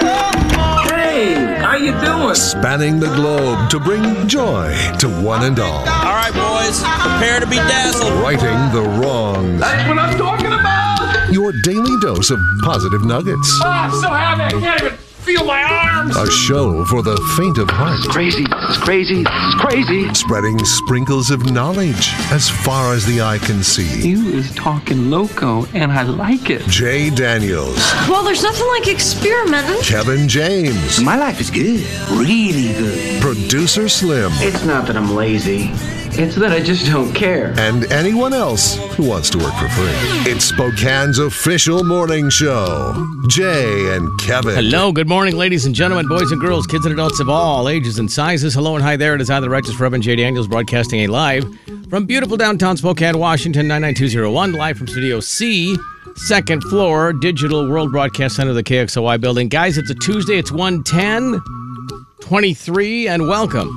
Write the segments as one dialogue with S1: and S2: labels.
S1: Hey, how you doing?
S2: Spanning the globe to bring joy to one and all.
S3: All right, boys, prepare to be dazzled.
S2: Righting the wrongs.
S1: That's what I'm talking about.
S2: Your daily dose of positive nuggets.
S1: Ah, I'm so happy. I can't even feel my arms.
S2: A show for the faint of heart.
S4: crazy. It's crazy. It's crazy.
S2: Spreading sprinkles of knowledge as far as the eye can see.
S5: You is talking loco, and I like it.
S2: Jay Daniels,
S6: Well, there's nothing like experimenting.
S2: Kevin James,
S4: My life is good. Really good.
S2: producer Slim,
S4: It's not that I'm lazy.
S5: It's that I just don't care.
S2: and anyone else who wants to work for free. It's Spokane's official morning show. Jay and Kevin.
S7: Hello, good morning, ladies and gentlemen, boys and girls, kids and adults of all ages and sizes. Hello and hi there. It is I, the Righteous Reverend J. Daniels, broadcasting a live from beautiful downtown Spokane, Washington, 99201, live from Studio C, second floor, Digital World Broadcast Center, the KXOY building. Guys, it's a Tuesday. It's 110, 23, and welcome.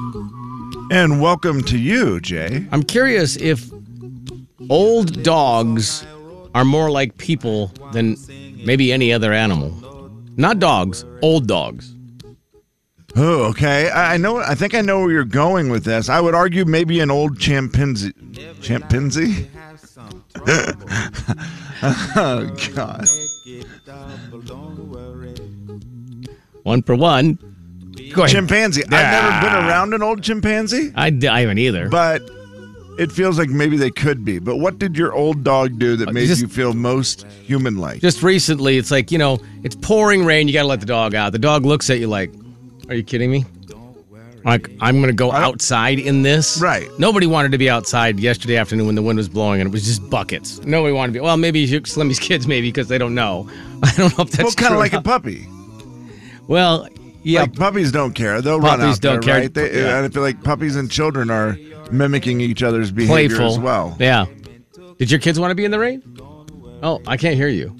S8: And welcome to you, Jay.
S7: I'm curious if old dogs are more like people than maybe any other animal. Not dogs, old dogs.
S8: Oh, okay. I I know. I think I know where you're going with this. I would argue maybe an old chimpanzee. Chimpanzee. oh God.
S7: One for one. Go ahead.
S8: Chimpanzee. I've never been around an old chimpanzee,
S7: I, d- I haven't either.
S8: but it feels like maybe they could be. But what did your old dog do that made
S7: Uh, just-
S8: you feel most human-like?
S7: Just recently, it's like, you know, it's pouring rain. You got to let the dog out. The dog looks at you like, are you kidding me? Like, I'm going to go
S8: don't-
S7: outside in this?
S8: Right.
S7: Nobody wanted to be outside yesterday afternoon when the wind was blowing and it was just buckets. Nobody wanted to be. Well, maybe you- Slimmy's kids, maybe, because they don't know. I don't know if that's
S8: well, kind
S7: true
S8: of like
S7: or
S8: a
S7: not.
S8: puppy.
S7: Well, yeah.
S8: Like puppies don't care. They'll run
S7: Puppies
S8: out
S7: don't
S8: there,
S7: care.
S8: right? They,
S7: Yeah.
S8: I feel like puppies and children are mimicking each other's behavior
S7: playful.
S8: as well.
S7: Yeah. Did your kids want to be in the rain? Oh, I can't hear you.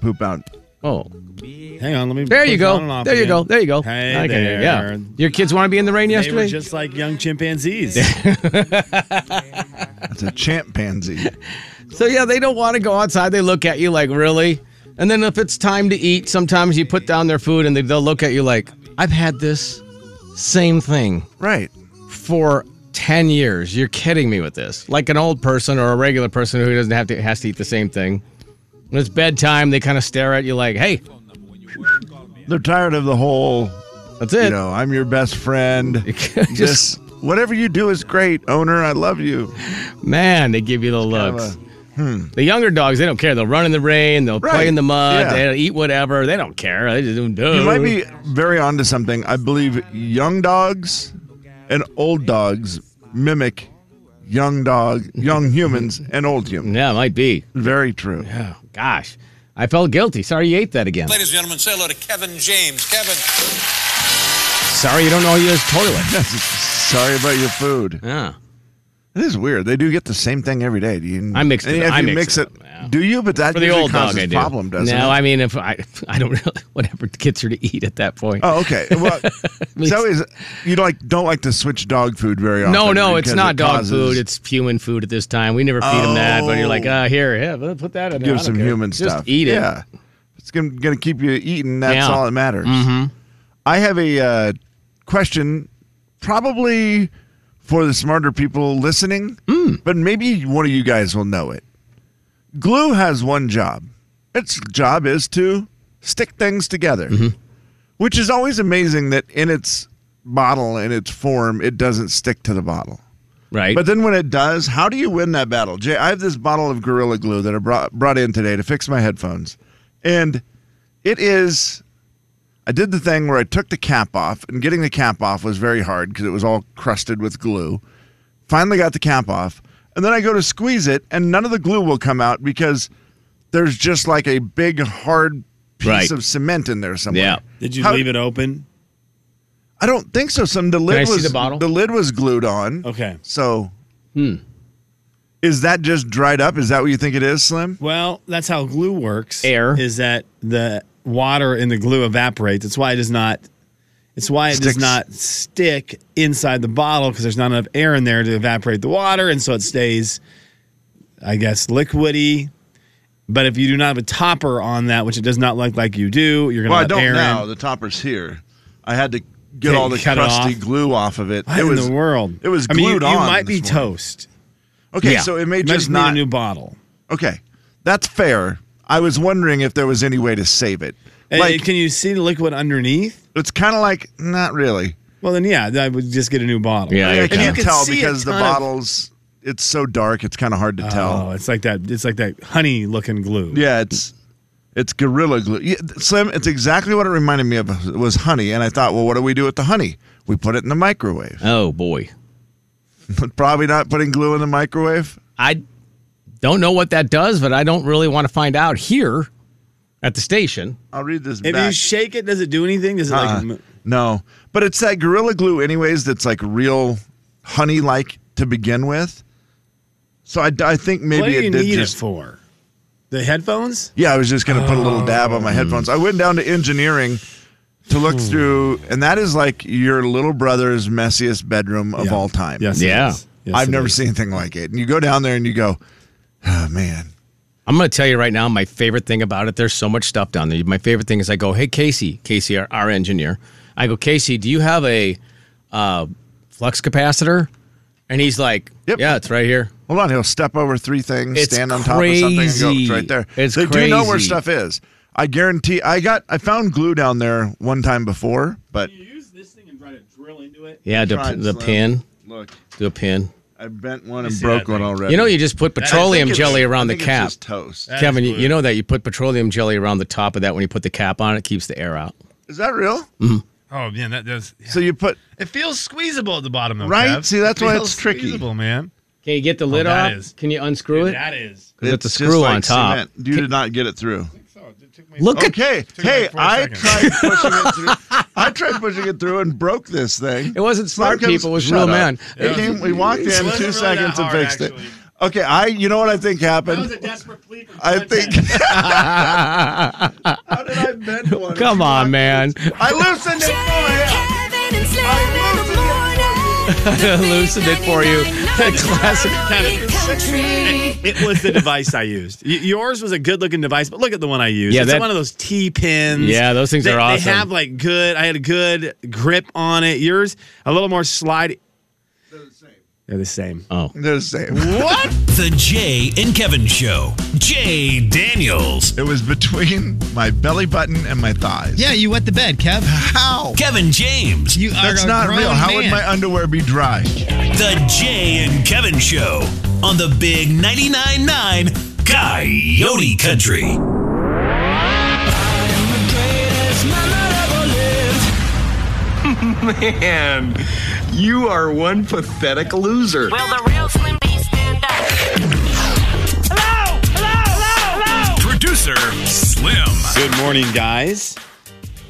S8: Poop out.
S7: Oh.
S9: Hang on, let me.
S7: There
S9: put
S7: you
S9: it on and
S7: go.
S9: off
S7: There you
S9: again.
S7: go. There you go.
S9: Hey
S7: I can hear
S9: there.
S7: you. Yeah. Your kids want to be in the rain
S9: They were
S7: yesterday?
S9: just like young chimpanzees.
S8: That's a chimpanzee.
S7: So yeah, they don't want to go outside. They look at you like, really? And then if it's time to eat, sometimes you put down their food and they, they'll look at you like, I've had this same thing
S8: Right.
S7: for 10 years. You're kidding me with this. Like an old person or a regular person who doesn't have to has to eat the same thing. When it's bedtime, they kind of stare at you like, hey,
S8: They're tired of the whole,
S7: that's it.
S8: you know, I'm your best friend. Just whatever you do is great, owner. I love you.
S7: Man, they give you the looks.
S8: of
S7: The younger dogs, they don't care. They'll run in the rain, they'll play
S8: hmm. Right.
S7: in the mud,
S8: Yeah.
S7: they'll eat whatever. They don't care. They just don't
S8: You might be very onto something. I believe young dogs and old dogs mimic young dog, young humans and old humans.
S7: Yeah, might be.
S8: Very true.
S7: Oh, gosh. I felt guilty. Sorry you ate that again.
S3: Ladies and gentlemen, say hello to Kevin James. Kevin.
S7: Sorry you don't know you use toilet.
S8: Sorry about your food.
S7: yeah.
S8: It is weird. They do get the same thing every day. Do you,
S7: I mixed it
S8: and
S7: up.
S8: If
S7: I
S8: you
S7: mixed
S8: mix
S7: it
S8: it,
S7: up, yeah.
S8: do you? But that
S7: For the
S8: usually
S7: old dog,
S8: causes
S7: I do.
S8: problem, doesn't
S7: no,
S8: it?
S7: I mean, if I, I don't really, whatever gets her to eat at that point.
S8: Oh, okay. Well, so is you like don't like to switch dog food very often?
S7: no, no, it's
S8: because
S7: not
S8: it
S7: dog
S8: causes-
S7: food. It's human food at this time. We never feed them that, but you're like,
S8: Oh.
S7: uh, here, yeah, well, put that in there.
S8: give
S7: I
S8: some
S7: don't care.
S8: human
S7: Just
S8: stuff.
S7: eat it.
S8: Yeah, it's gonna, gonna keep you eating. That's
S7: Yeah. Mm-hmm.
S8: all that matters. I have a uh, question, probably for the smarter people listening,
S7: Mm.
S8: but maybe one of you guys will know it. Glue has one job. Its job is to stick things together,
S7: Mm-hmm.
S8: which is always amazing that in its bottle, in its form, it doesn't stick to the bottle.
S7: Right.
S8: But then when it does, how do you win that battle? Jay, I have this bottle of Gorilla Glue that I brought brought in today to fix my headphones. And it is I did the thing where I took the cap off, and getting the cap off was very hard because it was all crusted with glue. Finally got the cap off, and then I go to squeeze it, and none of the glue will come out because there's just like a big hard piece
S7: Right.
S8: of cement in there somewhere.
S7: Yeah.
S9: Did you
S8: How-
S9: leave it open?
S8: I don't think so. Some the lid
S7: I see
S8: was
S7: the bottle?
S8: lid was glued on.
S9: Okay.
S8: So,
S9: Hmm.
S8: is that just dried up? Is that what you think it is, Slim?
S9: Well, that's how glue works.
S7: Air.
S9: is that the water in the glue evaporates. That's why it does not. It's why it
S8: Sticks.
S9: does not stick inside the bottle because there's not enough air in there to evaporate the water, and so it stays, I guess, liquidy. But if you do not have a topper on that, which it does not look like you do, you're going to
S8: Well, I
S9: let
S8: don't
S9: air
S8: now.
S9: in.
S8: The topper's here. I had to get
S9: Okay,
S8: all the
S9: cut it
S8: crusty
S9: off.
S8: glue off of it.
S9: What
S8: it
S9: in
S8: was
S9: the world?
S8: It was
S9: I mean, you-
S8: glued
S9: you,
S8: on.
S9: might be
S8: this morning.
S9: toast.
S8: Okay,
S9: Yeah.
S8: so it may
S9: You might
S8: just
S9: need
S8: not.
S9: a new bottle.
S8: okay, that's fair. I was wondering if there was any way to save it.
S9: And-
S8: Like
S9: and can you see the liquid underneath?
S8: it's kind of like not really.
S9: Well, then yeah, I would just get a new bottle.
S7: Yeah,
S8: I
S7: you
S9: And you
S8: can't
S9: can
S8: tell
S9: see a
S8: because the
S9: ton of-
S8: bottles. It's so dark. It's kind of hard to
S9: Oh,
S8: tell.
S9: it's like that. It's like that honey looking glue.
S8: Yeah, it's it's gorilla glue. Yeah, th- Slim, it's exactly what it reminded me of was honey, and I thought, well, what do we do with the honey? We put it in the microwave.
S7: Oh boy,
S8: Probably not putting glue in the microwave.
S7: I don't know what that does, but I don't really want to find out here at the station.
S8: I'll read this
S9: If
S8: back.
S9: you shake it, does it do anything? Does it
S8: Uh-uh.
S9: like? mo-
S8: no, but it's that gorilla glue, anyways. That's like real honey, like to begin with. So I, I think maybe
S9: what do
S8: it
S9: you
S8: did
S9: need
S8: just
S9: it for? The headphones?
S8: Yeah, I was just going to put a little dab
S9: Oh.
S8: on my headphones. I went down to engineering to look
S9: Hmm.
S8: through, and that is like your little brother's messiest bedroom of
S9: Yeah.
S8: all time.
S9: Yes. it
S7: Yeah.
S9: is. Yes,
S8: I've
S9: it
S8: never
S9: is.
S8: seen anything like it. And you go down there and you go, oh, man.
S7: I'm going to tell you right now my favorite thing about it. There's so much stuff down there. My favorite thing is I go, hey Casey, Casey, our, our engineer. I go, Casey, do you have a uh, flux capacitor? And he's like,
S8: Yep.
S7: Yeah, it's right here.
S8: Hold on, he'll step over three things,
S7: It's
S8: stand on top of something, and go. It's
S7: crazy.
S8: right there.
S7: It's
S8: they do know where
S7: crazy.
S8: stuff is. I guarantee. I got. I found glue down there one time before, but
S9: You use this thing and try to drill into it.
S7: Yeah, the,
S8: Tried,
S7: the
S8: Slim.
S7: pin,
S8: Look,
S7: do a pin.
S8: I bent one and
S9: see
S8: broke
S9: that
S8: one
S9: thing?
S8: already.
S7: You know, you just put
S8: I think
S7: petroleum
S8: it's-
S7: jelly around
S8: I
S7: the
S8: think it's
S7: cap.
S8: just toast.
S9: That
S7: Kevin,
S9: is
S7: you,
S9: blue.
S7: you know that you put petroleum jelly around the top of that when you put the cap on, it keeps the air out.
S8: Is that real?
S7: Mm.
S10: Oh man, that does.
S8: So you put
S10: It feels squeezable at the bottom, though.
S8: Right?
S10: Kev.
S8: See, that's
S10: It
S8: why
S10: feels
S8: it's tricky.
S10: Squeezable, man.
S7: Can you get the lid
S10: that
S7: off?
S10: is-
S7: Can you unscrew it?
S10: That is.
S7: Because it's a
S8: just
S7: screw
S8: like
S7: on top.
S8: cement. You did not get it through.
S7: Look at
S8: Okay.
S10: me
S8: Hey,
S10: like four
S8: I
S10: seconds.
S8: tried pushing it through. I tried pushing it through and broke this thing.
S7: It wasn't smart
S8: Slim comes-
S7: people, it was
S8: Shut
S7: real
S8: up.
S7: men.
S8: It came, we walked in
S10: It
S8: two
S10: wasn't really that
S8: seconds and
S10: hard,
S8: fixed
S10: actually.
S8: it. Okay, I. You know what I think happened?
S10: desperate plea for
S8: I think. How did I bend one?
S7: Come on, man.
S8: I loosened it. Oh,
S6: Kevin and Slim in the morning.
S7: Loosen it for you. Classic.
S6: Country.
S9: It was the device I used. Y- yours was a good looking device, but look at the one I used.
S7: Yeah,
S9: it's
S7: that-
S9: one of those T pins.
S7: Yeah, those things
S9: They-
S7: are awesome.
S9: They have like good. I had a good grip on it. Yours a little more slide. They're the same.
S7: Uh-huh.
S8: yeah. They're the same.
S9: What?
S11: The Jay and Kevin Show. Jay Daniels.
S8: It was between my belly button and my thighs.
S11: Yeah, you wet the bed, Kev.
S8: How?
S11: Kevin James. You
S8: That's not real. How would my underwear be dry?
S11: The Jay and Kevin Show on the Big 99.9 9 Coyote Country.
S1: Man, you are one pathetic loser.
S6: Will the real Slim B stand up? Hello! Hello! Hello! Hello!
S11: Producer Slim.
S9: Good morning, guys.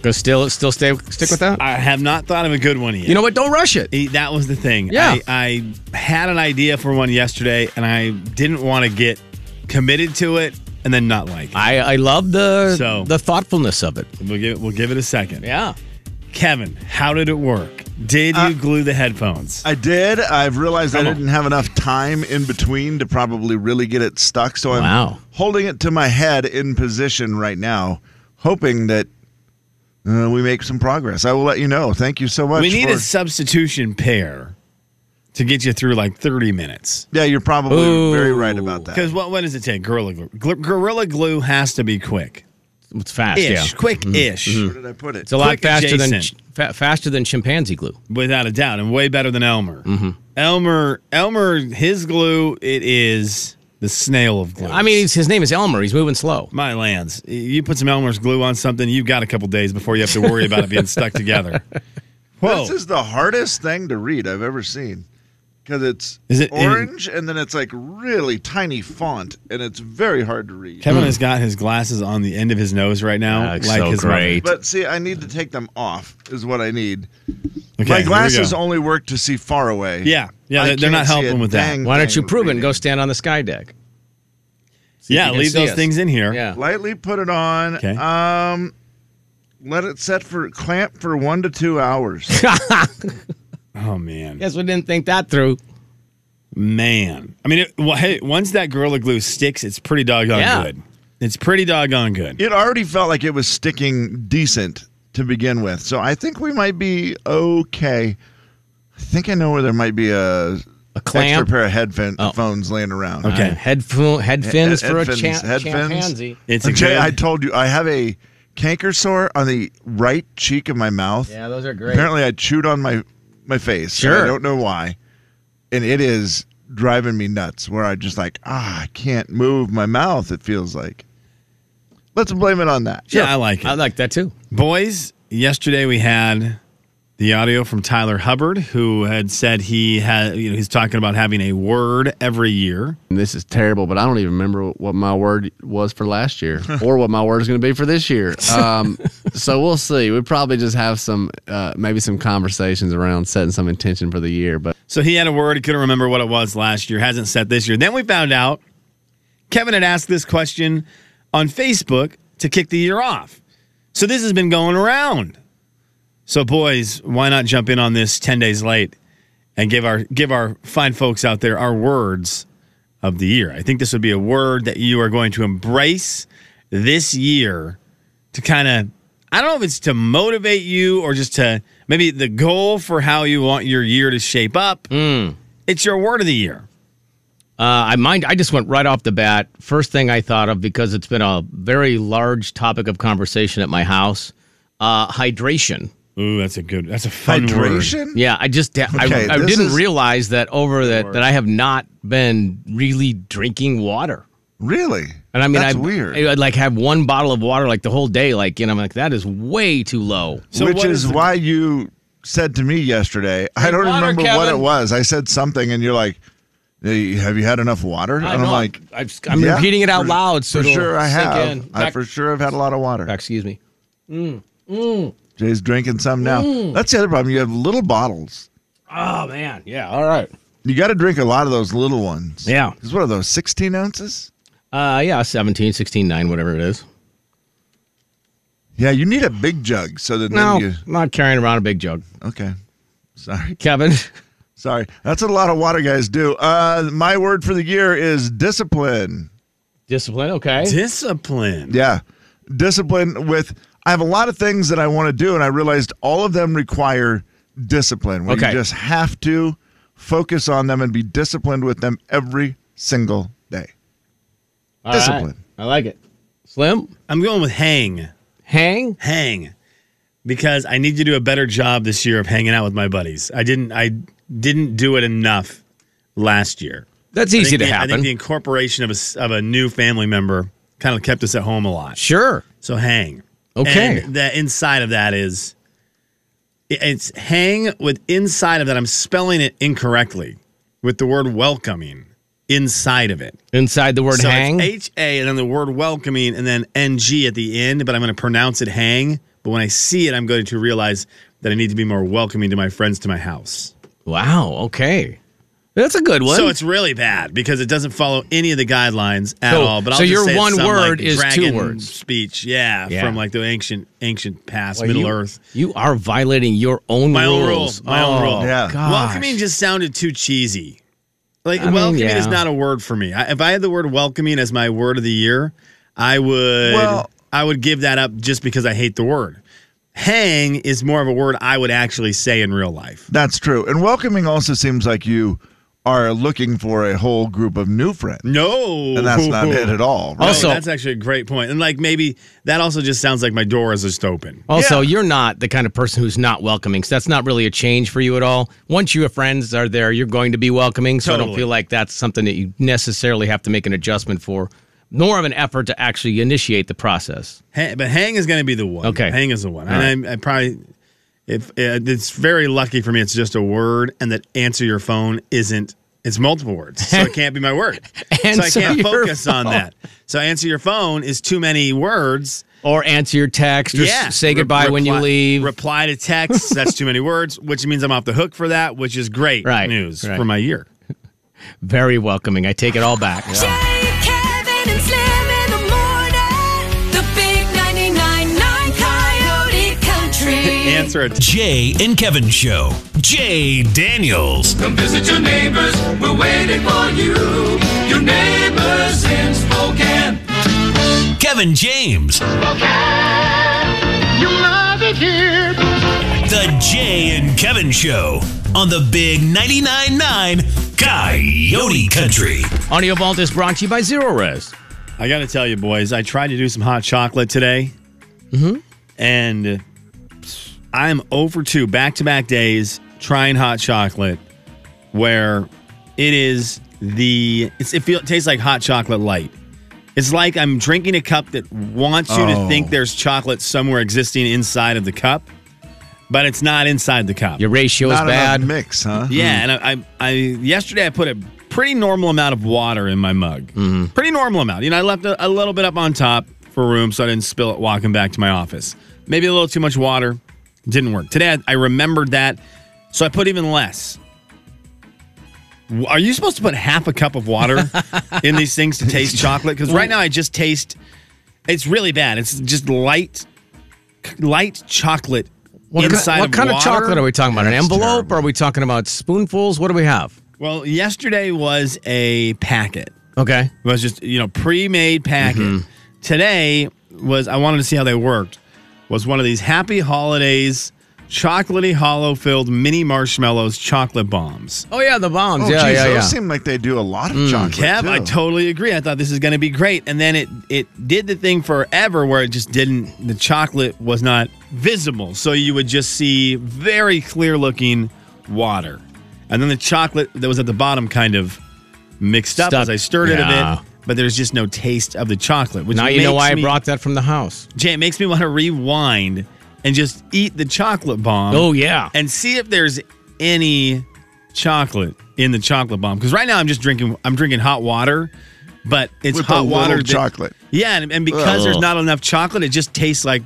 S7: Go still, still stay, stick with that.
S9: I have not thought of a good one yet.
S7: Uh-huh. You know what? Don't rush it.
S9: Eh, that was the thing.
S7: Yeah.
S9: I, I had an idea for one yesterday, and I didn't want to get committed to it and then not like it.
S7: I, I love the
S9: So-
S7: the thoughtfulness of it.
S9: We'll give it, we'll give it a second.
S7: Yeah. Uh,
S9: Kevin, how did it work? Did you glue the headphones?
S8: I did. I've realized
S9: Come
S8: I
S9: on.
S8: didn't have enough time in between to probably really get it stuck. So I'm
S7: Wow.
S8: holding it to my head in position right now, hoping that uh, we make some progress. I will let you know. Thank you so much.
S9: we need
S8: for-
S9: a substitution pair to get you through like 30 minutes.
S8: yeah, you're probably
S7: Ooh.
S8: very right about
S7: Uh,
S9: Because
S8: that.
S9: what, what does it take? Gorilla glue. Gl- Gorilla glue has to be quick.
S7: It's fast.
S9: Ish.
S7: Yeah. Mm-hmm.
S9: Quick ish.
S8: Where did I put it?
S7: It's a lot
S9: Quick
S7: faster
S9: adjacent.
S7: than fa- faster than chimpanzee glue.
S9: Without a doubt. And way better than Elmer.
S7: Mm-hmm.
S9: Elmer, Elmer, his glue, it is the snail of glue.
S7: I mean, he's, his name is Elmer. He's moving slow.
S9: my lands. You put some Elmer's glue on something, you've got a couple days before you have to worry about it being stuck together.
S7: Mm.
S9: Whoa.
S8: This is the hardest thing to read I've ever seen. Because it's
S9: Is it-
S8: orange and then it's like really tiny font and it's very hard to read.
S9: Kevin has got his glasses on the end of his nose right now.
S7: That's
S9: like
S7: so
S9: his
S7: great.
S8: But see, I need to take them off, is what I need.
S9: Mother. Okay,
S8: My
S9: here we
S8: glasses
S9: go.
S8: only work to see far away.
S9: Yeah, yeah,
S8: I
S9: they're- they're
S8: can't
S9: not
S8: see
S9: helping
S8: a
S9: with that.
S8: dang
S7: Why don't
S8: thing
S7: you prove it and
S8: reading.
S7: go stand on the sky deck? See if
S9: Yeah,
S7: you can
S9: leave
S7: see
S9: those
S7: us.
S9: things in here.
S7: Yeah. Uh,
S8: Lightly put it on.
S9: Okay.
S8: Um, let it set for clamp for one to two hours.
S9: Oh man,
S7: Guess we didn't think that through.
S9: man. I mean, it, well, hey, once that gorilla glue sticks, it's pretty doggone
S7: Yeah.
S9: good. It's pretty doggone good.
S8: It already felt like it was sticking decent to begin with. So I think we might be okay. I think I know where there might be a, a extra
S7: clamp?
S8: pair of headphones
S9: Oh.
S8: phones laying around.
S7: Okay. Headphone, Uh, head fins for a cha- chimpanzee.
S8: It's Jay, I told you I have a canker sore on the right cheek of my mouth.
S7: Yeah, those are great.
S8: Apparently, I chewed on my my face. and
S7: Sure.
S8: I don't know why, and it is driving me nuts. Where I just like ah, I can't move my mouth. It feels like. Let's blame it on that.
S9: Yeah, I like it. I
S7: like that too.
S9: Boys, yesterday we had the audio from Tyler Hubbard, who had said he had, you know, he's talking about having a word every year.
S12: And this is terrible, but I don't even remember what my word was for last year or what my word is going to be for this year. Um, so we'll see. We probably just have some, uh, maybe some conversations around setting some intention for the year. But
S9: So he had a word, he couldn't remember what it was last year, hasn't set this year. Then we found out Kevin had asked this question on Facebook to kick the year off. So this has been going around. So boys, why not jump in on this 10 days late and give our give our fine folks out there our words of the year. I think this would be a word that you are going to embrace this year to kind of I don't know if it's to motivate you or just to maybe the goal for how you want your year to shape up. It's your word of the year.
S7: Uh, I mind. I just went right off the bat. First thing I thought of because it's been a very large topic of conversation at my house. Uh, hydration.
S9: Ooh, that's a good. That's a fun word. Hydration?
S7: Yeah, I just
S9: Okay,
S7: I, I
S9: this
S7: didn't
S9: is-
S7: realize that over that that I have not been really drinking water.
S8: Really?
S7: And I mean,
S8: That's
S7: I,
S8: weird.
S7: I, would like have one bottle of water like the whole day, like and I'm like that is way too low.
S8: Which is, why you said to me yesterday, I don't
S7: water,
S8: remember what
S7: Kevin.
S8: it was. I said something, and you're like, "Hey, "Have you had enough water?" And
S7: I
S8: I'm
S7: know.
S8: like,
S7: I've- I'm repeating it out
S8: for-
S7: loud, so
S8: for
S7: it'll
S8: sure I
S7: sink
S8: have.
S7: in."
S8: I
S7: Back-
S8: for sure have had a lot of water.
S7: Excuse me. Mm, mm.
S8: Jay's drinking some now.
S7: Mm.
S8: That's the other problem. You have little bottles.
S7: Oh man, yeah. All right.
S8: You got to drink a lot of those little ones.
S7: Yeah.
S8: Because what are those? 16 ounces?
S7: Uh, yeah, 17, 16, 9, whatever it is.
S8: Yeah, you need a big jug so that
S7: No,
S8: then you.
S7: I'm not carrying around a big jug.
S8: Okay. Sorry.
S7: Kevin.
S8: Sorry. That's what a lot of water guys do. Uh, my word for the year is discipline.
S7: Discipline, okay.
S9: Discipline.
S8: Yeah. Discipline with I have a lot of things that I want to do and I realized all of them require discipline. Where
S7: Okay.
S8: you just have to focus on them and be disciplined with them every single day.
S7: All right.
S8: discipline.
S7: I like it. Slim?
S9: I'm going with hang.
S7: Hang?
S9: Hang. Because I need to do a better job this year of hanging out with my buddies. I didn't I didn't do it enough last year.
S7: That's
S9: I
S7: easy
S9: think
S7: to
S9: the- I
S7: happen.
S9: think the incorporation of a, s- of a new family member kind of kept us at home a lot.
S7: Sure.
S9: So hang.
S7: Okay.
S9: And the inside of that is it- it's hang with inside of that. I'm spelling it incorrectly with the word welcoming inside of it.
S7: Inside the word
S9: so
S7: hang?
S9: H A and then the word welcoming and then N G at the end, but I'm going to pronounce it hang. But when I see it, I'm going to realize that I need to be more welcoming to my friends to my house.
S7: Wow, okay. That's a good one.
S9: So it's really bad because it doesn't follow any of the guidelines at
S7: So-
S9: all. But I'll
S7: so
S9: just
S7: your
S9: say it's
S7: one
S9: some, like,
S7: word is two
S9: dragon
S7: words.
S9: Speech, yeah,
S7: Yeah.
S9: from like the ancient ancient past,
S7: Well,
S9: Middle
S7: you-
S9: Earth.
S7: You are violating your own
S9: My own rule.
S7: rules.
S9: My
S7: Oh,
S9: own rule.
S7: gosh.
S9: Welcoming just sounded too cheesy. Like
S7: I mean,
S9: welcoming
S7: yeah.
S9: is not a word for me. I, if I had the word welcoming as my word of the year, I would
S8: Well-
S9: I would give that up just because I hate the word. Hang is more of a word I would actually say in real life.
S8: That's true. And welcoming also seems like you are looking for a whole group of new friends.
S9: No.
S8: And that's not it at all.
S9: No,
S8: right?
S9: that's actually a great point. And like maybe that also just sounds like my door is just open.
S7: Also, you're not the kind of person who's not welcoming, so that's not really a change for you at all. Once your friends are there, you're going to be welcoming, so I don't
S9: Totally.
S7: feel like that's something that you necessarily have to make an adjustment for, nor of an effort to actually initiate the process.
S9: Ha- but Hang is going to be the one.
S7: Okay.
S9: Hang is the one.
S7: All
S9: and I, I probably, if uh, it's very lucky for me, it's just a word, and that answer your phone isn't. It's multiple words, so it can't be my word. so I
S7: Answer
S9: can't
S7: your
S9: focus on
S7: phone.
S9: that. So answer your phone is too many words.
S7: Or answer your text, or s- say
S9: Re-
S7: goodbye when you
S9: reply-
S7: leave.
S9: Reply to texts. That's too many words, which means I'm off the hook for that, which is great
S7: Right.
S9: news
S7: Right.
S9: for my year.
S7: Very welcoming. I take it all back.
S6: Kevin and Slim in the morning. The big 99.9 Coyote Country.
S9: Answer it.
S11: Jay and Kevin Show. Jay Daniels. Come visit your neighbors. We're waiting for you. Your neighbors in Spokane. Kevin James. The Jay and Kevin Show on the Big 99.9 9 Coyote Country.
S7: Audio Vault is brought to you by Zero Res.
S9: I got to tell you, boys, I tried to do some hot chocolate today.
S7: Mm-hmm.
S9: And I'm over two back to back days trying hot chocolate where it is the, it's, it, feel, it tastes like hot chocolate light. It's like I'm drinking a cup that wants you to
S8: Oh.
S9: think there's chocolate somewhere existing inside of the cup, but it's not inside the cup.
S7: Your ratio
S8: Not enough mix, huh?
S9: Yeah, and I, I, I yesterday I put a pretty normal amount of water in my mug. Pretty normal amount. You know, I left a, a little bit up on top for room so I didn't spill it walking back to my office. Maybe a little too much water. Didn't work. Today I, I remembered that, so I put even less. W- Are you supposed to put half a cup of water in these things to taste chocolate? Because right now I just taste. It's really bad. It's just light, light chocolate
S7: What, ki-
S9: inside
S7: what
S9: of
S7: kind of
S9: water.
S7: chocolate are we talking about? An
S9: That's
S7: envelope? Are we talking about spoonfuls? What do we have?
S9: Well, yesterday was a packet.
S7: Okay.
S9: It was just, you know, pre-made packet. Today was I wanted to see how they worked. Was one of these happy holidays chocolatey hollow filled mini marshmallows chocolate bombs.
S7: Oh yeah, the bombs.
S8: Oh,
S7: yeah,
S8: geez,
S7: yeah,
S8: those
S7: yeah.
S8: seem like they do a lot of chocolate.
S9: Kev, Mm. I
S8: too.
S9: totally agree. I thought this is going to be great, and then it it did the thing forever where it just didn't. The chocolate was not visible, so you would just see very clear looking water, and then the chocolate that was at the bottom kind of mixed up
S7: Stuck.
S9: as I stirred
S7: Yeah.
S9: it a bit. But there's just no taste of the chocolate. Which
S7: now you know
S9: makes
S7: why
S9: me,
S7: I brought that from the house.
S9: Jay. It makes me want to rewind and just eat the chocolate bomb
S7: oh yeah.
S9: and see if there's any chocolate in the chocolate bomb. Because right now I'm just drinking I'm drinking hot water, but it's
S8: With a
S9: hot water
S8: little
S9: that-
S8: chocolate.
S9: Yeah, and, and because there's
S7: Ugh.
S9: not enough chocolate, it just tastes like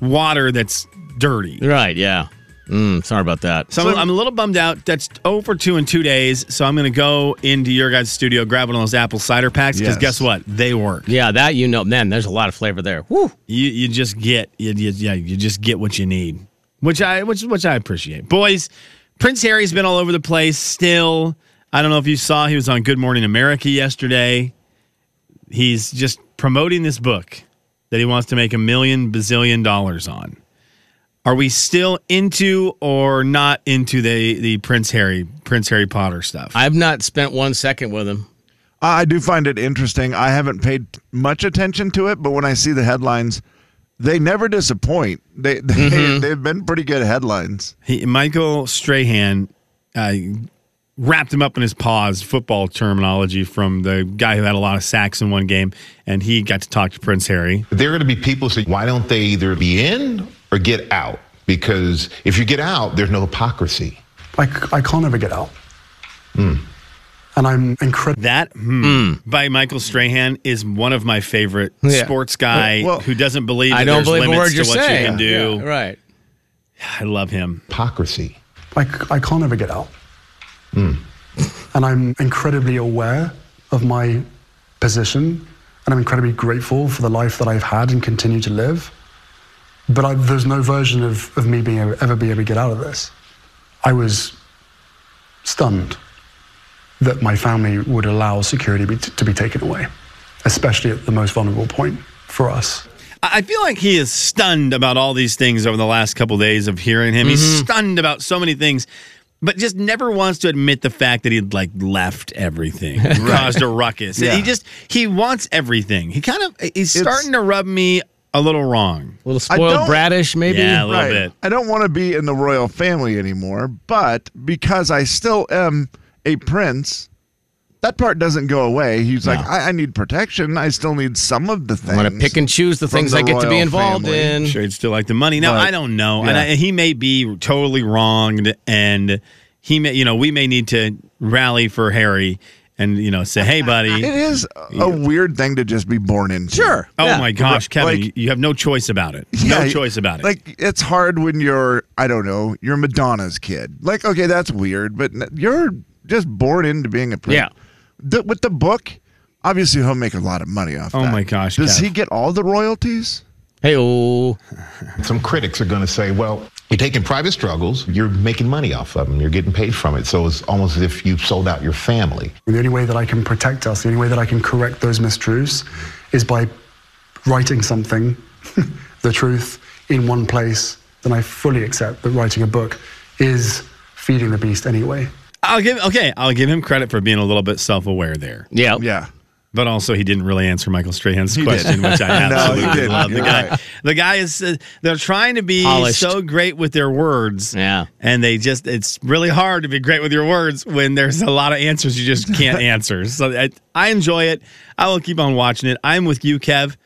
S9: water that's dirty.
S7: Right. Yeah. Mm, sorry about that.
S9: So, I'm, I'm a little bummed out. That's over two in two days. So I'm gonna go into your guys' studio, grab one of those apple cider packs. Because
S8: Yes.
S9: guess what? They work.
S7: Yeah, that you know. Man, there's a lot of flavor there. Woo.
S9: You you just get you, you yeah you just get what you need, which I which which I appreciate. Boys, Prince Harry's been all over the place. Still, I don't know if you saw he was on Good Morning America yesterday. He's just promoting this book that he wants to make a million bazillion dollars on. Are we still into or not into the the Prince Harry Prince Harry Potter stuff?
S7: I've not spent one second with him.
S8: I I do find it interesting. I haven't paid much attention to it, but when I see the headlines, they never disappoint. They, they
S9: Mm-hmm.
S8: they've been pretty good headlines.
S9: He, Michael Strahan uh, wrapped him up in his paws, football terminology from the guy who had a lot of sacks in one game, and he got to talk to Prince Harry.
S13: there are going to be people who say, why don't they either be in or get out? Because if you get out, there's no hypocrisy.
S14: I, c- I can't ever get out. And I'm incredibly.
S9: That hmm, by Michael Strahan is one of my favorite
S7: Yeah.
S9: sports guy
S8: Well-
S9: who doesn't believe that
S7: I don't
S9: there's
S7: believe a
S9: limits
S7: word
S9: to
S7: you're
S9: what
S7: saying.
S9: you can do.
S7: Yeah, right.
S9: I love him.
S13: Hypocrisy.
S14: I, c- I can't ever get out. And I'm incredibly aware of my position. And I'm incredibly grateful for the life that I've had and continue to live. But I, there's no version of, of me being able, ever being able to get out of this. I was stunned that my family would allow security be to be taken away, especially at the most vulnerable point for us.
S9: I I feel like he is stunned about all these things over the last couple days of hearing him. He's
S8: Mm-hmm.
S9: stunned about so many things, but just never wants to admit the fact that he like left everything, caused a ruckus.
S8: Yeah.
S9: He just he wants everything. He kind of he's
S8: It's-
S9: starting to rub me a little wrong.
S7: A little
S8: I
S7: spoiled
S8: don't-
S7: bradish, maybe.
S9: Yeah, a little bit.
S8: I don't want to be in the royal family anymore, but because I still am a prince, that part doesn't go away. He's like, I, I need protection. I still need some of the
S7: I
S8: things.
S7: want to pick and choose the
S8: from
S7: things
S8: the
S7: I get to be
S8: royal
S7: involved
S8: family.
S7: in.
S9: Sure, he'd still like the money. Now
S8: But-
S9: I don't know, and
S8: yeah.
S9: I, he may be totally wronged, and he may you know we may need to rally for Harry and you know say, hey, buddy.
S8: It is a a weird thing to just be born into.
S7: Sure.
S9: Oh
S7: Yeah.
S9: my gosh, Kevin,
S8: Like-
S9: you- you have no choice about it. no
S8: Yeah,
S9: choice about it.
S8: Like it's hard when you're, I don't know, you're Madonna's kid. Like, okay, that's weird, but n- you're just born into being a prince.
S7: Yeah.
S8: The- with the book, obviously he'll make a lot of money off.
S9: Oh
S8: that.
S9: my gosh,
S8: Does
S9: Kev.
S8: he get all the royalties?
S7: Hey, oh,
S13: Some critics are going to say, well, you're taking private struggles, you're making money off of them, you're getting paid from it. So it's almost as if you've sold out your family.
S14: The only way that I can protect us, the only way that I can correct those mistruths is by writing something, the truth, in one place, then I fully accept that writing a book is feeding the beast anyway.
S9: I'll give okay. I'll give him credit for being a little bit self-aware there.
S7: Yeah,
S8: yeah.
S9: But also, he didn't really answer Michael Strahan's
S8: He
S9: question,
S8: didn't.
S9: which I
S8: No, he
S9: absolutely
S8: didn't.
S9: love. The
S8: You're
S9: guy,
S8: right.
S9: the guy is. Uh, they're trying to be
S7: Polished.
S9: so great with their words. Yeah, and they just. It's really hard to be great with your words when there's a lot of answers you just can't answer. So I, I enjoy it. I will keep on watching it. I'm with you, Kev.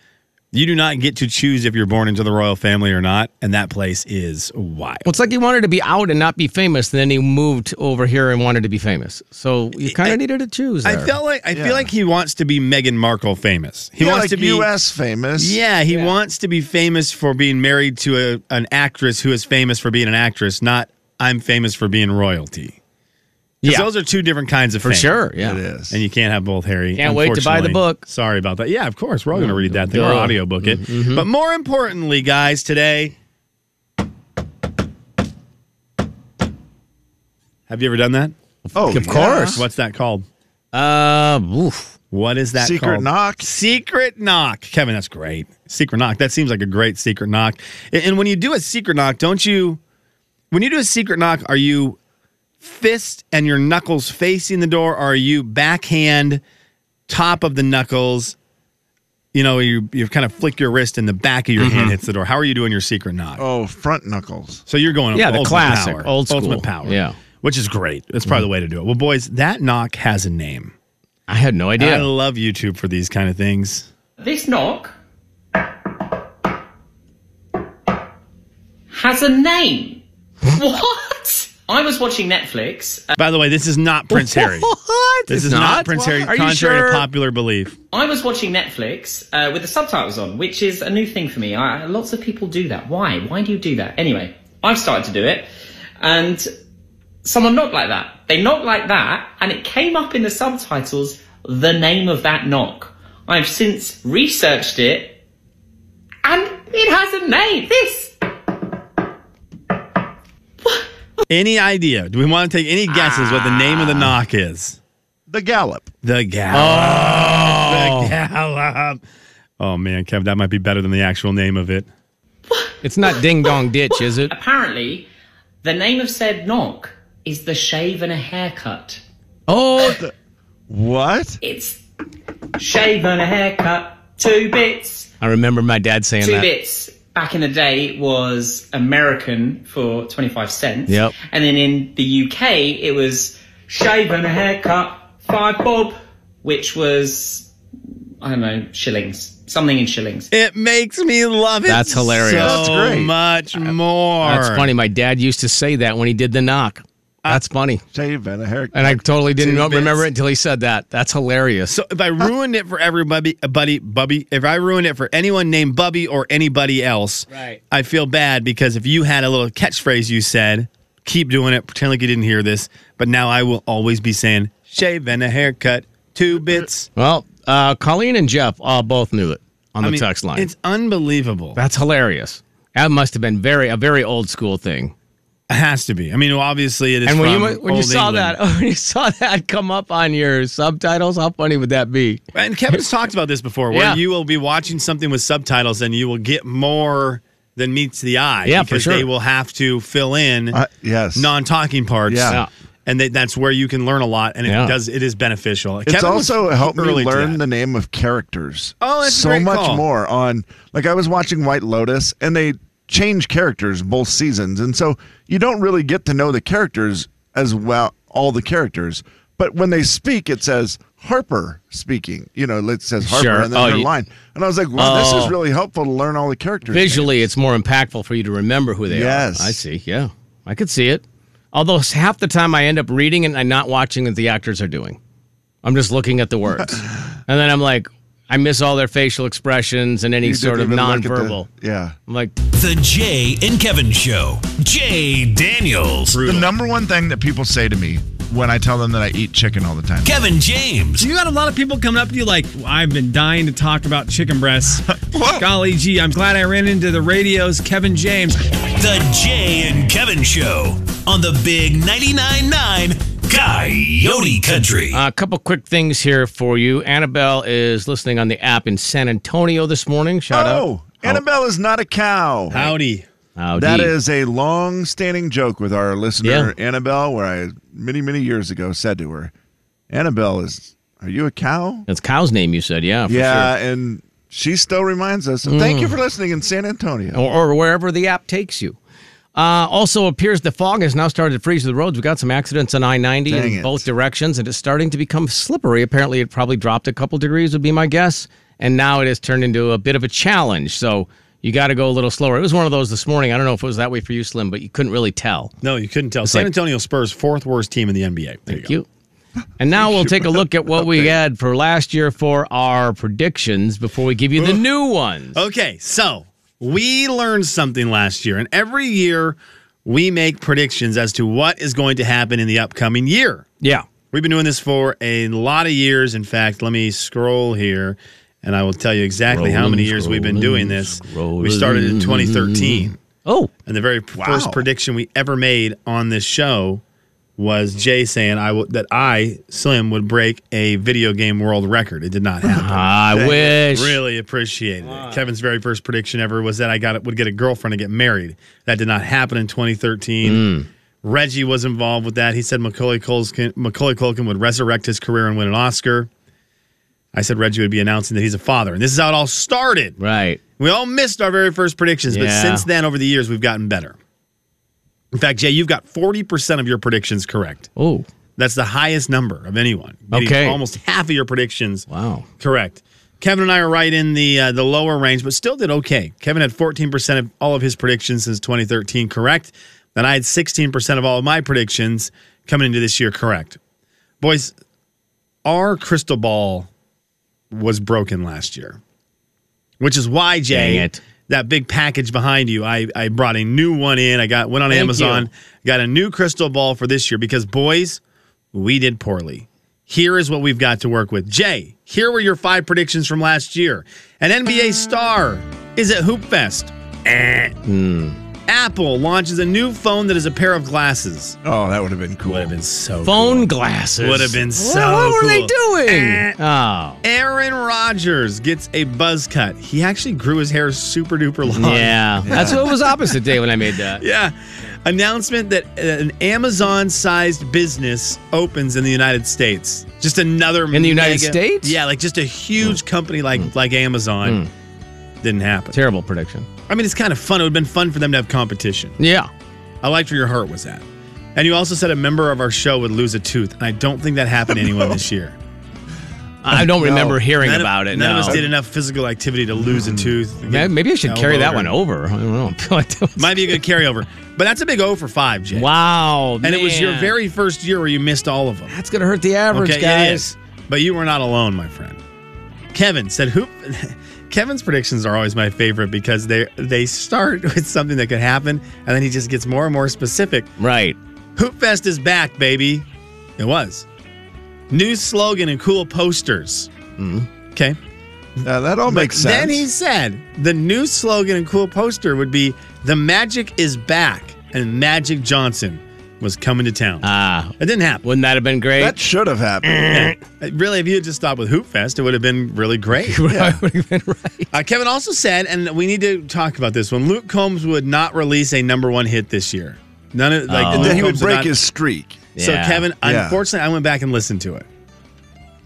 S9: You do not get to choose if you're born into the royal family or not, and that place is wild.
S7: Well, it's like he wanted to be out and not be famous, and then he moved over here and wanted to be famous. So you kind of needed to choose.
S9: I
S7: there.
S9: feel like I feel like he wants to be Meghan Markle famous. He
S8: Yeah,
S9: wants
S8: like
S9: to be
S8: US famous.
S9: Yeah, he wants to be famous for being married to a, an actress who is famous for being an actress, not I'm famous for being royalty. Yeah,
S7: Yeah.
S9: those are two different kinds of
S7: For
S9: fame.
S7: sure, yeah.
S8: it is.
S9: And you can't have both, Harry.
S7: Can't wait to buy the
S9: unfortunately.
S7: book.
S9: Sorry about that. Yeah, of course. We're all going to read that thing. We're
S7: Duh. Mm-hmm,
S9: audiobook it. But more importantly, guys, today. Have you ever done that?
S8: Oh,
S7: Of yeah. course.
S9: What's that called?
S7: Uh,
S9: What is that
S8: Secret
S9: called?
S8: knock?
S9: Secret knock. Kevin, that's great. Secret knock. That seems like a great secret knock. And, and when you do a secret knock, don't you, when you do a secret knock, are you fist and your knuckles facing the door? Or are you backhand, top of the knuckles? You know, you, you kind of flick your wrist and the back of your
S7: Mm-hmm.
S9: hand hits the door. How are you doing your secret knock?
S8: Oh, front knuckles.
S9: So you're going
S7: Yeah, the
S9: ultimate
S7: classic,
S9: power,
S7: old school.
S9: ultimate power.
S7: Yeah. Mm-hmm.
S9: which is great. That's probably the way to do it. Well, boys, that knock has a name.
S7: I had no idea.
S9: I love YouTube for these kind of things.
S15: This knock has a name. what? I was watching Netflix.
S9: By the way, this is not Prince Harry. This is not, Prince Harry, contrary to popular belief.
S15: I was watching Netflix uh, with the subtitles on, which is a new thing for me. I, lots of people do that. Why? Why do you do that? Anyway, I've started to do it, and someone knocked like that. They knocked like that, and it came up in the subtitles the name of that knock. I've since researched it, and it has a name. This
S9: Any idea? Do we want to take any guesses what the name of the knock is?
S8: The gallop.
S9: The gallop. The gallop. Oh man, Kev, that might be better than the actual name of it.
S7: It's not Ding Dong Ditch, is it?
S15: Apparently, the name of said knock is the shave and a haircut.
S7: Oh,
S8: what?
S15: It's shave and a haircut, two bits.
S7: I remember my dad saying
S15: two
S7: that.
S15: bits back in the day was American for 25 cents.
S7: Yep.
S15: And then in the UK, it was shave and a haircut, five bob, which was, I don't know, shillings. Something in shillings.
S9: It makes me love it.
S7: That's hilarious.
S9: So
S7: That's great. Uh,
S9: much more.
S7: That's funny. My dad used to say that when he did the knock. That's funny.
S8: Shave and a haircut.
S7: And I totally didn't
S9: Two
S7: know- remember
S9: bits.
S7: it until he said that. That's hilarious.
S9: So if I ruined it for everybody, buddy, Bubby, if I ruined it for anyone named Bubby or anybody else,
S7: Right.
S9: I feel bad because if you had a little catchphrase you said, keep doing it, pretend like you didn't hear this, but now I will always be saying shave and a haircut, two bits.
S7: well, uh, Colleen and Jeff uh, both knew it on
S9: I
S7: the
S9: mean,
S7: text line.
S9: It's unbelievable.
S7: That's hilarious. That must have been very a very old school thing.
S9: It has to be. I mean, obviously it is.
S7: and when you
S9: from
S7: when you
S9: old
S7: saw
S9: England.
S7: that oh. when you saw that come up on your subtitles, how funny would that be?
S9: And Kevin's talked about this before, where
S7: Yeah.
S9: you will be watching something with subtitles and you will get more than meets the eye.
S7: Yeah, for
S9: because
S7: sure.
S9: they will have to fill in
S8: Uh, yes.
S9: non-talking parts.
S8: Yeah. Yeah.
S9: And they, that's where you can learn a lot, and it
S8: Yeah.
S9: does. It is beneficial.
S8: It's
S9: Kevin was
S8: also helped me
S9: early to
S8: learn
S9: that.
S8: the name of characters.
S9: Oh, that's a
S8: so
S9: great
S8: much
S9: call.
S8: more on like I was watching White Lotus and they change characters both seasons, and so you don't really get to know the characters as well, all the characters. But when they speak, it says Harper speaking. You know, it says Harper
S7: Sure.
S8: and then
S7: Oh,
S8: her
S7: you-
S8: line, and I was like, wow, this
S7: Oh.
S8: is really helpful to learn all the characters.
S7: Visually, it's more impactful for you to remember who they
S8: Yes.
S7: are. I see. Yeah, I could see it. Although s- half the time I end up reading and I'm not watching what the actors are doing. I'm just looking at the words, and then I'm like, I miss all their facial expressions and any
S8: You
S7: sort of
S8: didn't even look at the-
S7: nonverbal.
S8: yeah.
S7: I'm like,
S11: The Jay and Kevin Show. Jay Daniels.
S16: The number one thing that people say to me when I tell them that I eat chicken all the time.
S11: Kevin James.
S17: You got a lot of people coming up to you like, I've been dying to talk about chicken breasts. Golly gee, I'm glad I ran into the radio's Kevin James.
S11: The Jay and Kevin Show on the Big 99.9 9 Coyote Country.
S7: A couple quick things here for you. Annabelle is listening on the app in San Antonio this morning. Shout
S8: Oh, Annabelle is not a cow.
S9: Howdy.
S7: out.
S8: That
S7: Howdy.
S8: is a long-standing joke with our listener Annabelle, where I many many years ago said to her, "Annabelle is, are you a cow?"
S7: That's cow's name you said, yeah. For
S8: yeah, Mm.
S7: Sure.
S8: and she still reminds us. So Thank you for listening in San Antonio.
S7: Or, or wherever the app takes you. Uh, also appears the fog has now started to freeze the roads. We've got some accidents on I 90 in
S8: Dang it.
S7: both directions, and it's starting to become slippery. Apparently, it probably dropped a couple degrees, would be my guess. And now it has turned into a bit of a challenge. So you got to go a little slower. It was one of those this morning. I don't know if it was that way for you, Slim, but you couldn't really tell.
S9: No, you couldn't tell.
S7: It's
S9: San
S7: like-
S9: Antonio Spurs, fourth worst team in the NBA. There
S7: Thank you. And now we'll take a look at what we had for last year for our predictions before we give you the new ones.
S9: Okay, so we learned something last year, and every year we make predictions as to what is going to happen in the upcoming year.
S7: Yeah.
S9: We've been doing this for a lot of years. In fact, let me scroll here and I will tell you exactly how many
S7: Scrolling,
S9: years we've been
S7: scrolling,
S9: doing this. We started in
S7: scrolling.
S9: 2013.
S7: Oh.
S9: And the very first prediction we ever made on this show was
S7: Mm-hmm.
S9: Jay saying I will that I, Slim, would break a video game world record. It did not happen.
S7: Uh-huh. I
S9: Dang.
S7: wish.
S9: Really appreciated it. Kevin's very first prediction ever was that I got would get a girlfriend and get married. That did not happen in 2013.
S7: Mm.
S9: Reggie was involved with that. He said Macaulay Culkin, Macaulay Culkin would resurrect his career and win an Oscar. I said Reggie would be announcing that he's a father, and this is how it all started.
S7: Right.
S9: We all missed our very first predictions, but
S7: Yeah.
S9: since then, over the years, we've gotten better. In fact, Jay, you've got forty percent of your predictions correct.
S7: Oh,
S9: that's the highest number of anyone. Getting
S7: Okay.
S9: almost half of your predictions.
S7: Wow.
S9: Correct. Kevin and I are right in the uh, the lower range, but still did okay. Kevin had 14% of all of his predictions since 2013 correct. Then I had 16% of all of my predictions coming into this year correct. Boys, our crystal ball was broken last year, which is why Jay,
S7: Dang it.
S9: that big package behind you, I I brought a new one in. I got went on
S7: Thank
S9: Amazon, got a new crystal ball for this year because boys, we did poorly. Here is what we've got to work with. Jay, here were your five predictions from last year. An
S7: Uh.
S9: NBA star is at Hoop Fest. Eh.
S7: Hmm.
S9: Apple launches a new phone that is a pair of glasses.
S8: Oh, that would have been cool. Would
S9: have been so
S7: Phone glasses.
S9: Would have been so
S7: What were they
S9: cool.
S7: doing?
S9: Eh.
S7: Oh.
S9: Aaron Rodgers gets a buzz cut. He actually grew his hair super duper long.
S7: Yeah. That's what was opposite day when I made that.
S9: Yeah. Announcement that an Amazon sized business opens in the United States. Just another
S7: In the United
S9: mega-
S7: States? Hmm.
S9: Yeah, like just a huge company like like Amazon. Didn't happen.
S7: Terrible prediction.
S9: I mean, it's kind of fun. It would have been fun for them to have competition.
S7: Yeah.
S9: I liked where your heart was at. And you also said a member of our show would lose a tooth. And I don't think that happened to anyone this year.
S7: I don't remember hearing
S9: None of-
S7: about it.
S9: None
S7: no. Hmm.
S9: of us did enough physical activity to lose a tooth.
S7: May- Maybe I should
S9: Elbow
S7: carry that
S9: or-
S7: one over. I don't know. I feel like that was-
S9: Might be a good carryover. But that's a big 0 for 5, Jay.
S7: Wow.
S9: And it was your
S7: man.
S9: very first year where you missed all of them.
S7: That's going to hurt the average,
S9: Okay, it
S7: guys.
S9: is. But you were not alone, my friend. Kevin said, "Who?" Kevin's predictions are always my favorite because they they start with something that could happen, and then he just gets more and more specific.
S7: Right.
S9: Hoop Fest is back, baby. It was. New slogan and cool posters. Okay.
S8: Now, that all Mm-hmm. makes sense.
S9: Then he said the new slogan and cool poster would be "The Magic is back," and Magic Johnson was coming to town.
S8: Uh,
S7: Ah.
S9: It didn't happen.
S7: Wouldn't that have been great?
S8: that should have happened.
S9: Yeah. really, if you had just stopped with Hoop Fest, it would have been really great.
S7: Yeah. would have been right.
S9: Uh, Kevin also said, and we need to talk about this one. Luke Combs would not release a number one hit this year. None of like
S8: And Oh.
S9: Luke
S8: then he would
S9: Combs
S8: break
S9: not-
S8: his streak.
S9: So Kevin,
S8: Yeah.
S9: unfortunately, I went back and listened to it.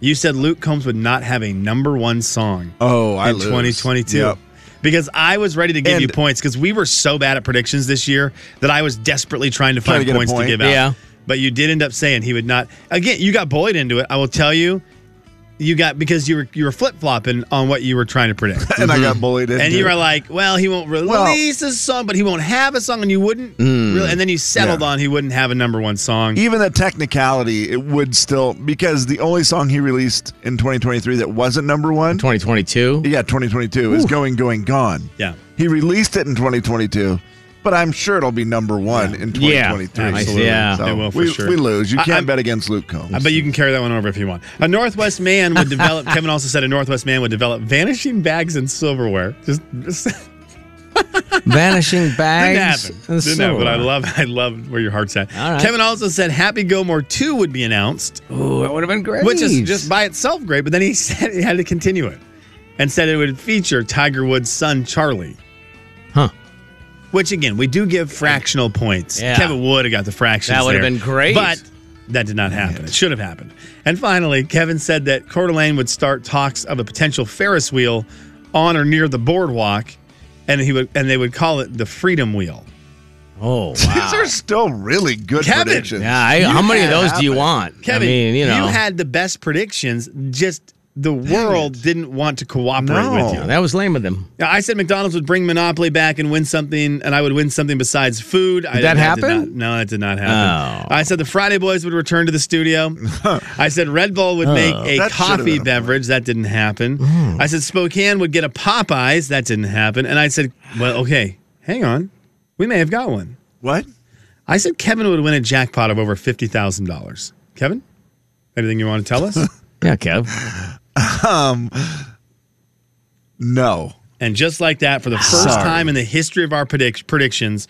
S9: You said Luke Combs would not have a number one song
S8: Oh, I
S9: in
S8: lose.
S9: 2022.
S8: Yep.
S9: Because I was ready to give you
S8: And-
S9: points because we were so bad at predictions this year that I was desperately trying to
S8: Trying to
S9: find
S8: get a
S9: points
S8: point.
S9: to give out.
S7: Yeah.
S9: But you did end up saying he would not. Again, you got bullied into it. I will tell you, you got because you were you were flip flopping on what you were trying to predict.
S8: Mm-hmm. and I got bullied.
S9: And
S8: into
S9: you
S8: it.
S9: were like, well, he won't
S8: Well-
S9: release a song, but he won't have a song, and you wouldn't.
S8: Mm.
S9: really- and then you settled
S8: Yeah.
S9: on he wouldn't have a number one song.
S8: even the technicality, it would still because the only song he released in 2023 that wasn't number one,
S7: 2022.
S8: yeah, 2022 is "Going, Going, Gone."
S9: Yeah.
S8: He released it in 2022, but I'm sure it'll be number one in
S7: Yeah,
S8: 2023.
S7: absolutely. Yeah.
S8: So
S9: It will for
S8: we,
S9: sure.
S8: we lose. You
S9: I-
S8: can't
S9: I'm-
S8: bet against Luke Combs.
S9: I bet you can carry that one over if you want. A Northwest man would develop. Kevin also said a Northwest man would develop vanishing bags and silverware. Just, just-
S7: Vanishing bags.
S9: Didn't happen.
S7: and
S9: Didn't happen, but I
S7: silverware.
S9: love I love where your heart's at.
S7: right.
S9: Kevin also said Happy Gilmore 2 would be announced.
S7: Ooh, that would have been great.
S9: Which is just by itself great, but then he said he had to continue it and said it would feature Tiger Woods' son Charlie.
S7: Huh.
S9: Which again, we do give fractional points.
S7: Yeah.
S9: Kevin would have got the fractions.
S7: That would have
S9: there,
S7: been great.
S9: But that did not happen. It should have happened. And finally, Kevin said that Coeur d'Alene would start talks of a potential Ferris wheel on or near the boardwalk, and he would and they would call it the Freedom Wheel.
S7: Oh,
S8: These are still really good
S9: Kevin.
S8: predictions.
S9: Yeah, I- how many of those do you
S7: want?
S9: Kevin, you had the best predictions. Just the world didn't want to cooperate with you.
S7: That was lame of them.
S9: Now, I said McDonald's would bring Monopoly back and win something, and I would win something besides food. I,
S7: Did that
S9: did
S7: happen? Oh.
S9: not- no, that did not happen. I said the Friday Boys would return to the studio. I said Red Bull would make
S7: Oh. Hmm.
S9: a
S7: That should've
S9: coffee
S7: been a
S9: beverage. That didn't happen. I said Spokane would get a Popeyes. That didn't happen. And I said, well, okay, hang on. We may have got one.
S8: What?
S9: I said Kevin would win a jackpot of over $50,000. Kevin, anything you want to tell us?
S7: yeah, Kev.
S8: Um, no.
S9: And just like that, for the first
S8: Sorry.
S9: time in the history of our predict- predictions,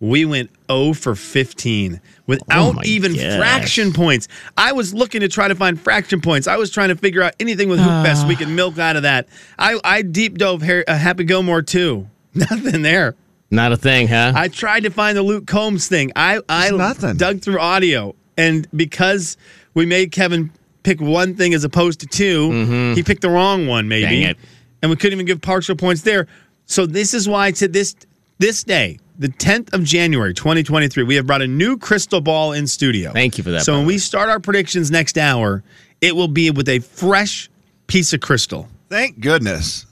S9: we went 0 for 15
S7: Oh
S9: without
S7: my
S9: even
S7: gosh.
S9: fraction points. I was looking to try to find fraction points. I was trying to figure out anything with Hoop Fest we could milk out of that. I, I deep dove Har- uh, Happy Gilmore too. Nothing there.
S7: Not a thing, huh?
S9: I tried to find the Luke Combs thing. I, I dug through audio. And because we made Kevin pick one thing as opposed to 2 he picked the wrong one, maybe.
S7: Mm-hmm. Dang it.
S9: And we couldn't even give partial points there. So this is why to this this day, the 10th of January, 2023, we have brought a new crystal ball in studio.
S7: Thank you for that.
S9: So when we start our predictions next hour, it will be with a fresh piece of crystal.
S8: Thank goodness.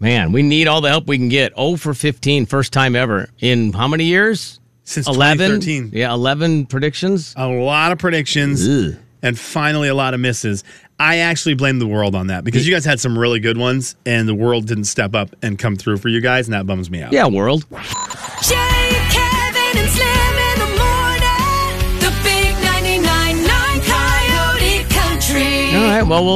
S7: Man, we need all the help we can get. 0 for 15, first time ever in how many years?
S9: Since Uh,
S7: 11?
S9: 2013.
S7: Yeah, 11 predictions.
S9: A lot of predictions
S7: Ugh.
S9: and finally a lot of misses. I actually blame the world on that because you guys had some really good ones and the world didn't step up and come through for you guys, and that bums me out.
S7: Yeah, world.
S6: Jay, Kevin, and Slim in the morning. The big 99.9 Coyote Country.
S7: All right, well, we'll.